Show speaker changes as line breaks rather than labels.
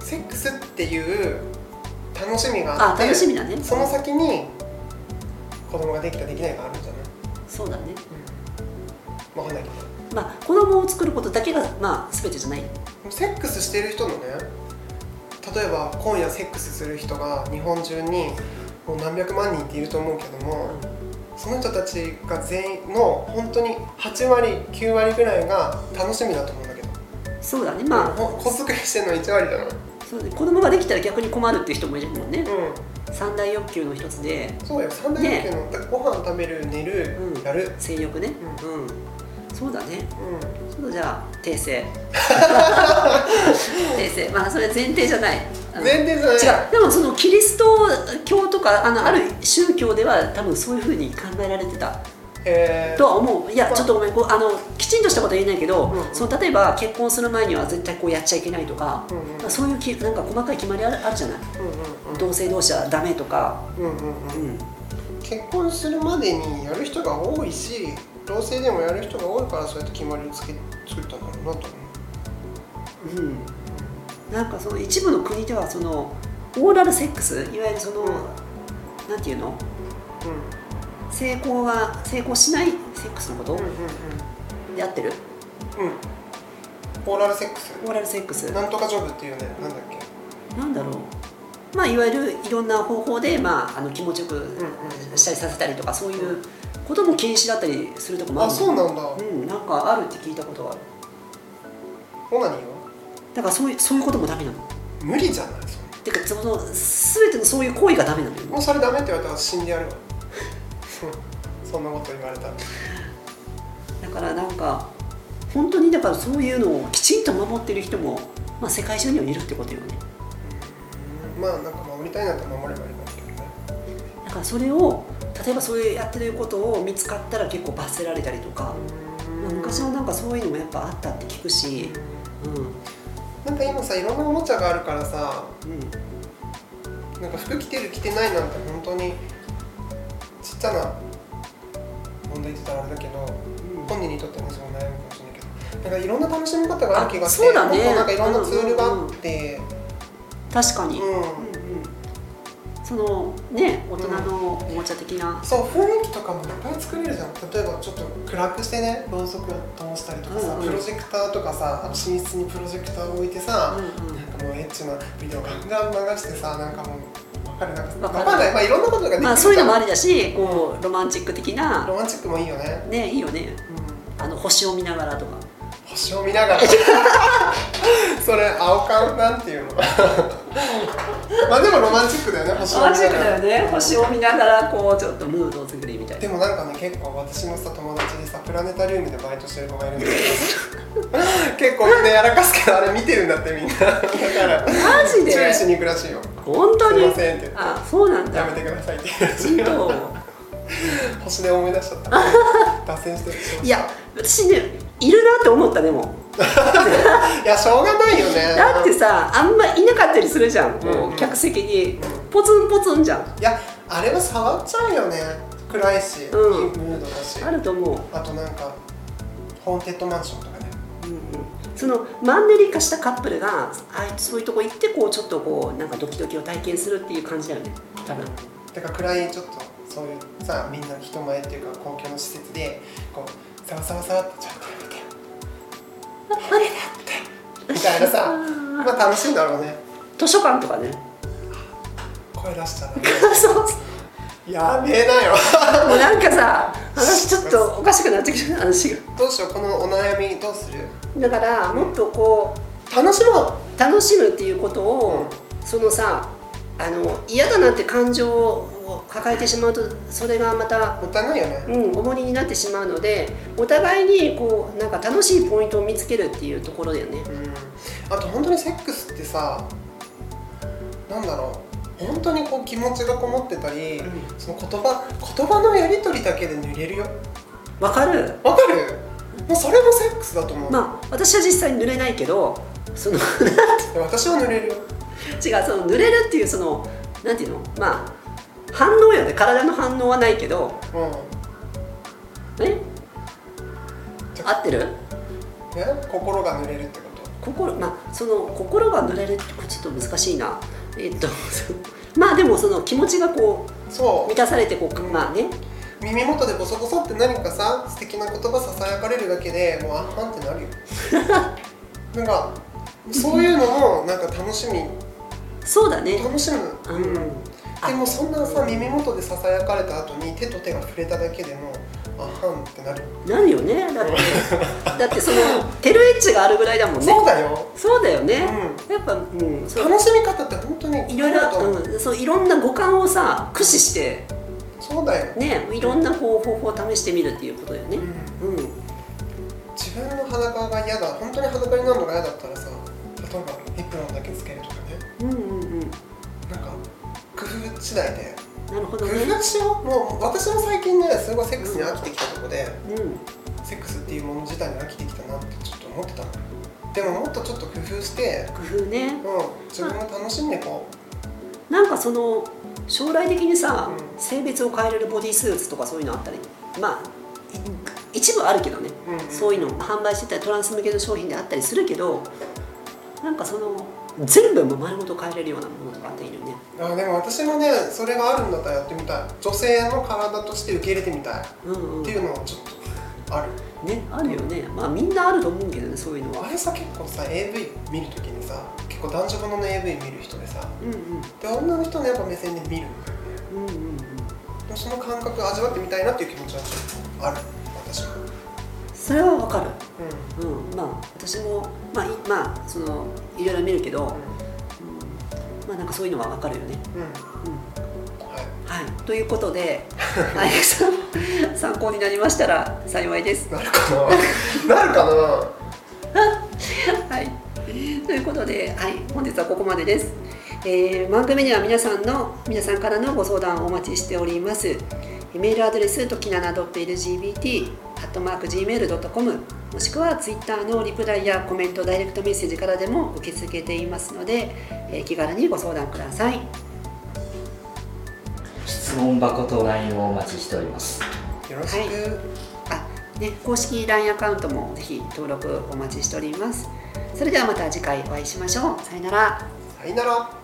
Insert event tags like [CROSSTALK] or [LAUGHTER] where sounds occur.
セックスっていう楽しみがあ
あ
って
楽しみだね
その先に子供ができたできないがあるんじゃない、
そうだね
うん、わかんないけど
まあ子供を作ることだけがまあ全てじゃない
セックスしてる人のね例えば今夜セックスする人が日本中にもう何百万人っていると思うけどもその人たちが全員の本当に8割9割ぐらいが楽しみだと思うんだけど、
そうだねま
ほ子作りしてるの1割じゃない
あそうだね子供ができたら逆に困るっていう人もいるもんね
う
三大欲求の一つで
んそうよ三大欲求の、だからご飯食べる寝る、
うん
やる
性欲ね
う
うん、そうだね
う
ちょっとじゃあ訂
[LAUGHS]
正訂正まあそれ前提じゃない、うん
ん全然じゃない
違うでもそのキリスト教とかあのある宗教では多分そういうふうに考えられてた
えー
とは思ういやちょっとごめんこうあのきちんとしたことは言えないけど、
うん
その例えば結婚する前には絶対こうやっちゃいけないとか、
うんうん
まあそういうきなんか細かい決まりあるあるじゃない同性同士はダメとか、
うんうんうんうんうん
う
うん
ん、
結婚するまでにやる人が多いし同性でもやる人が多いからそうやって決まりをつけ作ったんだろうなと思
うん、なんかその一部の国ではそのオーラルセックスいわゆるその、
うん
なんていうの
う
成功が成功しないセックスのこと
うんうんうん
で合ってる
うんうんオーラルセックス
オーラルセックス
なんとかジョブっていうねなんだっけ
なんだろうまあいわゆるいろんな方法で、まあ、あの気持ちよく
ん
したりさせたりとかそういうことも禁止だったりするとこもあ
あ
る
そうなんだ
うん、なんかあるって聞いたことがある
オナニーは
だからそういうそういうこともダメなの
無理じゃないそれ
てかその全てのそういう行為がダメなのよ
もうそれダメって言われたら死んでやるわ [LAUGHS] そんなこと言われたら
だからなんか本当にだからそういうのをきちんと守ってる人も、まあ、世界中にはいるってことよね
まあなんか守りたいなと守ればいいんだけどね
だからそれを例えばそういうやってることを見つかったら結構罰せられたりとか、まあ昔はなんかそういうのもやっぱあったって聞くし、うん
なんか今さいろんなおもちゃがあるからさ
うん、
なんか服着てる着てないなんて本当にちっちゃな問題って言ったらあれだけど本人にとってはねすごい悩むかもしれないけどなんかいろんな楽しみ方がある気がして
あそうだね
もっとなんかいろんなツールがあって
確かに、
うん、
うんうんそのね大人のおもちゃ的な、
そう雰囲気とかもいっぱい作れるじゃん例えばちょっと暗くしてねろうそくを通したりとかさ、
うんうん
プロジェクターとかさあと寝室にプロジェクターを置いてさ、
うんうん
なんかもうエッチなビデオガンガン流してさなんかもうわかるなんか
わか
わ
る
かんないまあいろんなことができるじゃん、
まあ、そういうのもありだしこうロマンチック的な
ロマンチックもいいよね、
ねいいよねあの星を見ながらとか
星を見ながら [LAUGHS] それ青缶なんていうの [LAUGHS] まあでもロマンチックだよね星を見ながら
を見ながらこうちょっとムードを作りみた
でもなんかね結構私のさ友達でさプラネタリウムでバイトしてる子がいるんだけど結構みんなやらかすけどあれ見てるんだってみんなだから
マジで
注意しに行くらしいよ
本当
すい
に
ませんって
あそうなんだ
やめてくださいって [LAUGHS] 言うらしい
ちょっ
よ
と
星で思い出しちゃった脱線してる
いや私ねいるなって思ったでも
いやしょうがないよね
だってさあんまいなかったりするじゃん、こう
うんうん
客席にポツンポツンじゃん
いやあれは触っちゃうよね暗いし、
うん
いいムードだし
あると思う、
あとなんかホーンテッドマンションとかね
そのマンネリ化したカップルがあいそういうとこ行ってこうちょっとこうなんかドキドキを体験するっていう感じだよね多分
てか暗いちょっとそういうさみんな人前っていうか公共の施設でこうサワサワサワってちょっとやってみたいなさまあ楽しいんだろうね
図書館とかね
声出しちゃダ [LAUGHS]
[LAUGHS] そう
メやべえなよ
もうなんかさ話ちょっとおかしくなってきた話が
どうしようこのお悩みどうする
だからもっとこ
楽しも
う楽しむっていうことを、そのさあの嫌だなって感情を抱えてしまうとそれがまた
うもったいないよね
うん、重荷になってしまうのでお互いにこうなんか楽しいポイントを見つけるっていうところだよね
うんあと本当にセックスってさなんだろう本当にこう気持ちがこもってたり、
う
その言葉言葉のやり取りだけで濡れるよ
わかる
わかるもうそれもセックスだと思う、
まあ私は実際に濡れないけどその [LAUGHS] 違う
で私は濡れるよ
その濡れるっていうそのなんていうのまあ反応よね体の反応はないけど
う
え合ってる
んね心が濡れるってこと
心まあその心が濡れるってちょっと難しいなえっと [LAUGHS] そうまあでもその気持ちがこう
そう
満たされてこうまあね
耳元でボソボソって何かさ素敵な言葉ささやかれるだけでもうあんはんってなるよ
[LAUGHS]
なんかそういうのもなんか楽しみ
そうだね
楽しむ、うん、で
あ
もそんなさ耳元でささやかれた後に手と手が触れただけでもあはんってなる
なるよね
[LAUGHS]
だってだってそのテルエッジがあるぐらいだもんね
そうだよ、
そうだよね、
う
やっぱうんそう
楽しみ方って本当に
いろい
だと
ろ、
思う
うん、そういろんな五感をさ駆使して
そうだよ、
ねいろんなこう方法を試してみるっていうことだよね
うん
うん
自分の裸が嫌だ本当に裸になるのが嫌だったらさ例えばリップロンだけつけるとかね
うんうんう
な
ん
んか工夫次第で
なるほ
工
どね
夫しようもう私も最近ねすごいセックスに飽きてきたとこで
うん
セックスっていうもの自体に飽きてきたなってちょっと思ってたのでももっとちょっと工夫して
工夫ね
うん、自分が楽しんでこ
なんかその将来的にさ、
うん
性別を変えれるボディスーツとかそういうのあったりまあい一部あるけどね
う、うん
そういうの販売してたりトランス向けの商品であったりするけどなんかその全部もう丸ごと変えれるようなものとかあっていいよね
あでも私もねそれがあるんだったらやってみたい女性の体として受け入れてみたいっ
うんうん
て
ね
いうのはちょっとある
あるよねまあみんなあると思うけどねそういうの
あ
は
れさ結構さ AV 見るときにさ結構男女ものの AV 見る人でさ
うんうん
で女の人のやっぱ目線で見るの
うんうんうん
でその感覚を味わってみたいなっていう気持ちはちょっとある私は
それはわかる
う
うんまあ私もまあいまあそのいろいろ見るけど、
ん
うんまあなんかそういうのはわかるよね
うん、
うん
はい
はい、ということで、アイクさん、参考になりましたら幸いです。
なるか [LAUGHS] ななるか
はい、ということで、はい、本日はここまでです。えー番組では皆さんの皆さんからのご相談をお待ちしております。メールアドレスときなな .lgbt アットマーク gmail.com もしくはツイッターのリプライやコメントダイレクトメッセージからでも受け付けていますので、えー気軽にご相談ください。
質問箱と LINE をお待ちしております
なよろしく、
あね、公式 LINE アカウントもぜひ登録お待ちしております。それではまた次回お会いしましょう。さよなら。
さよなら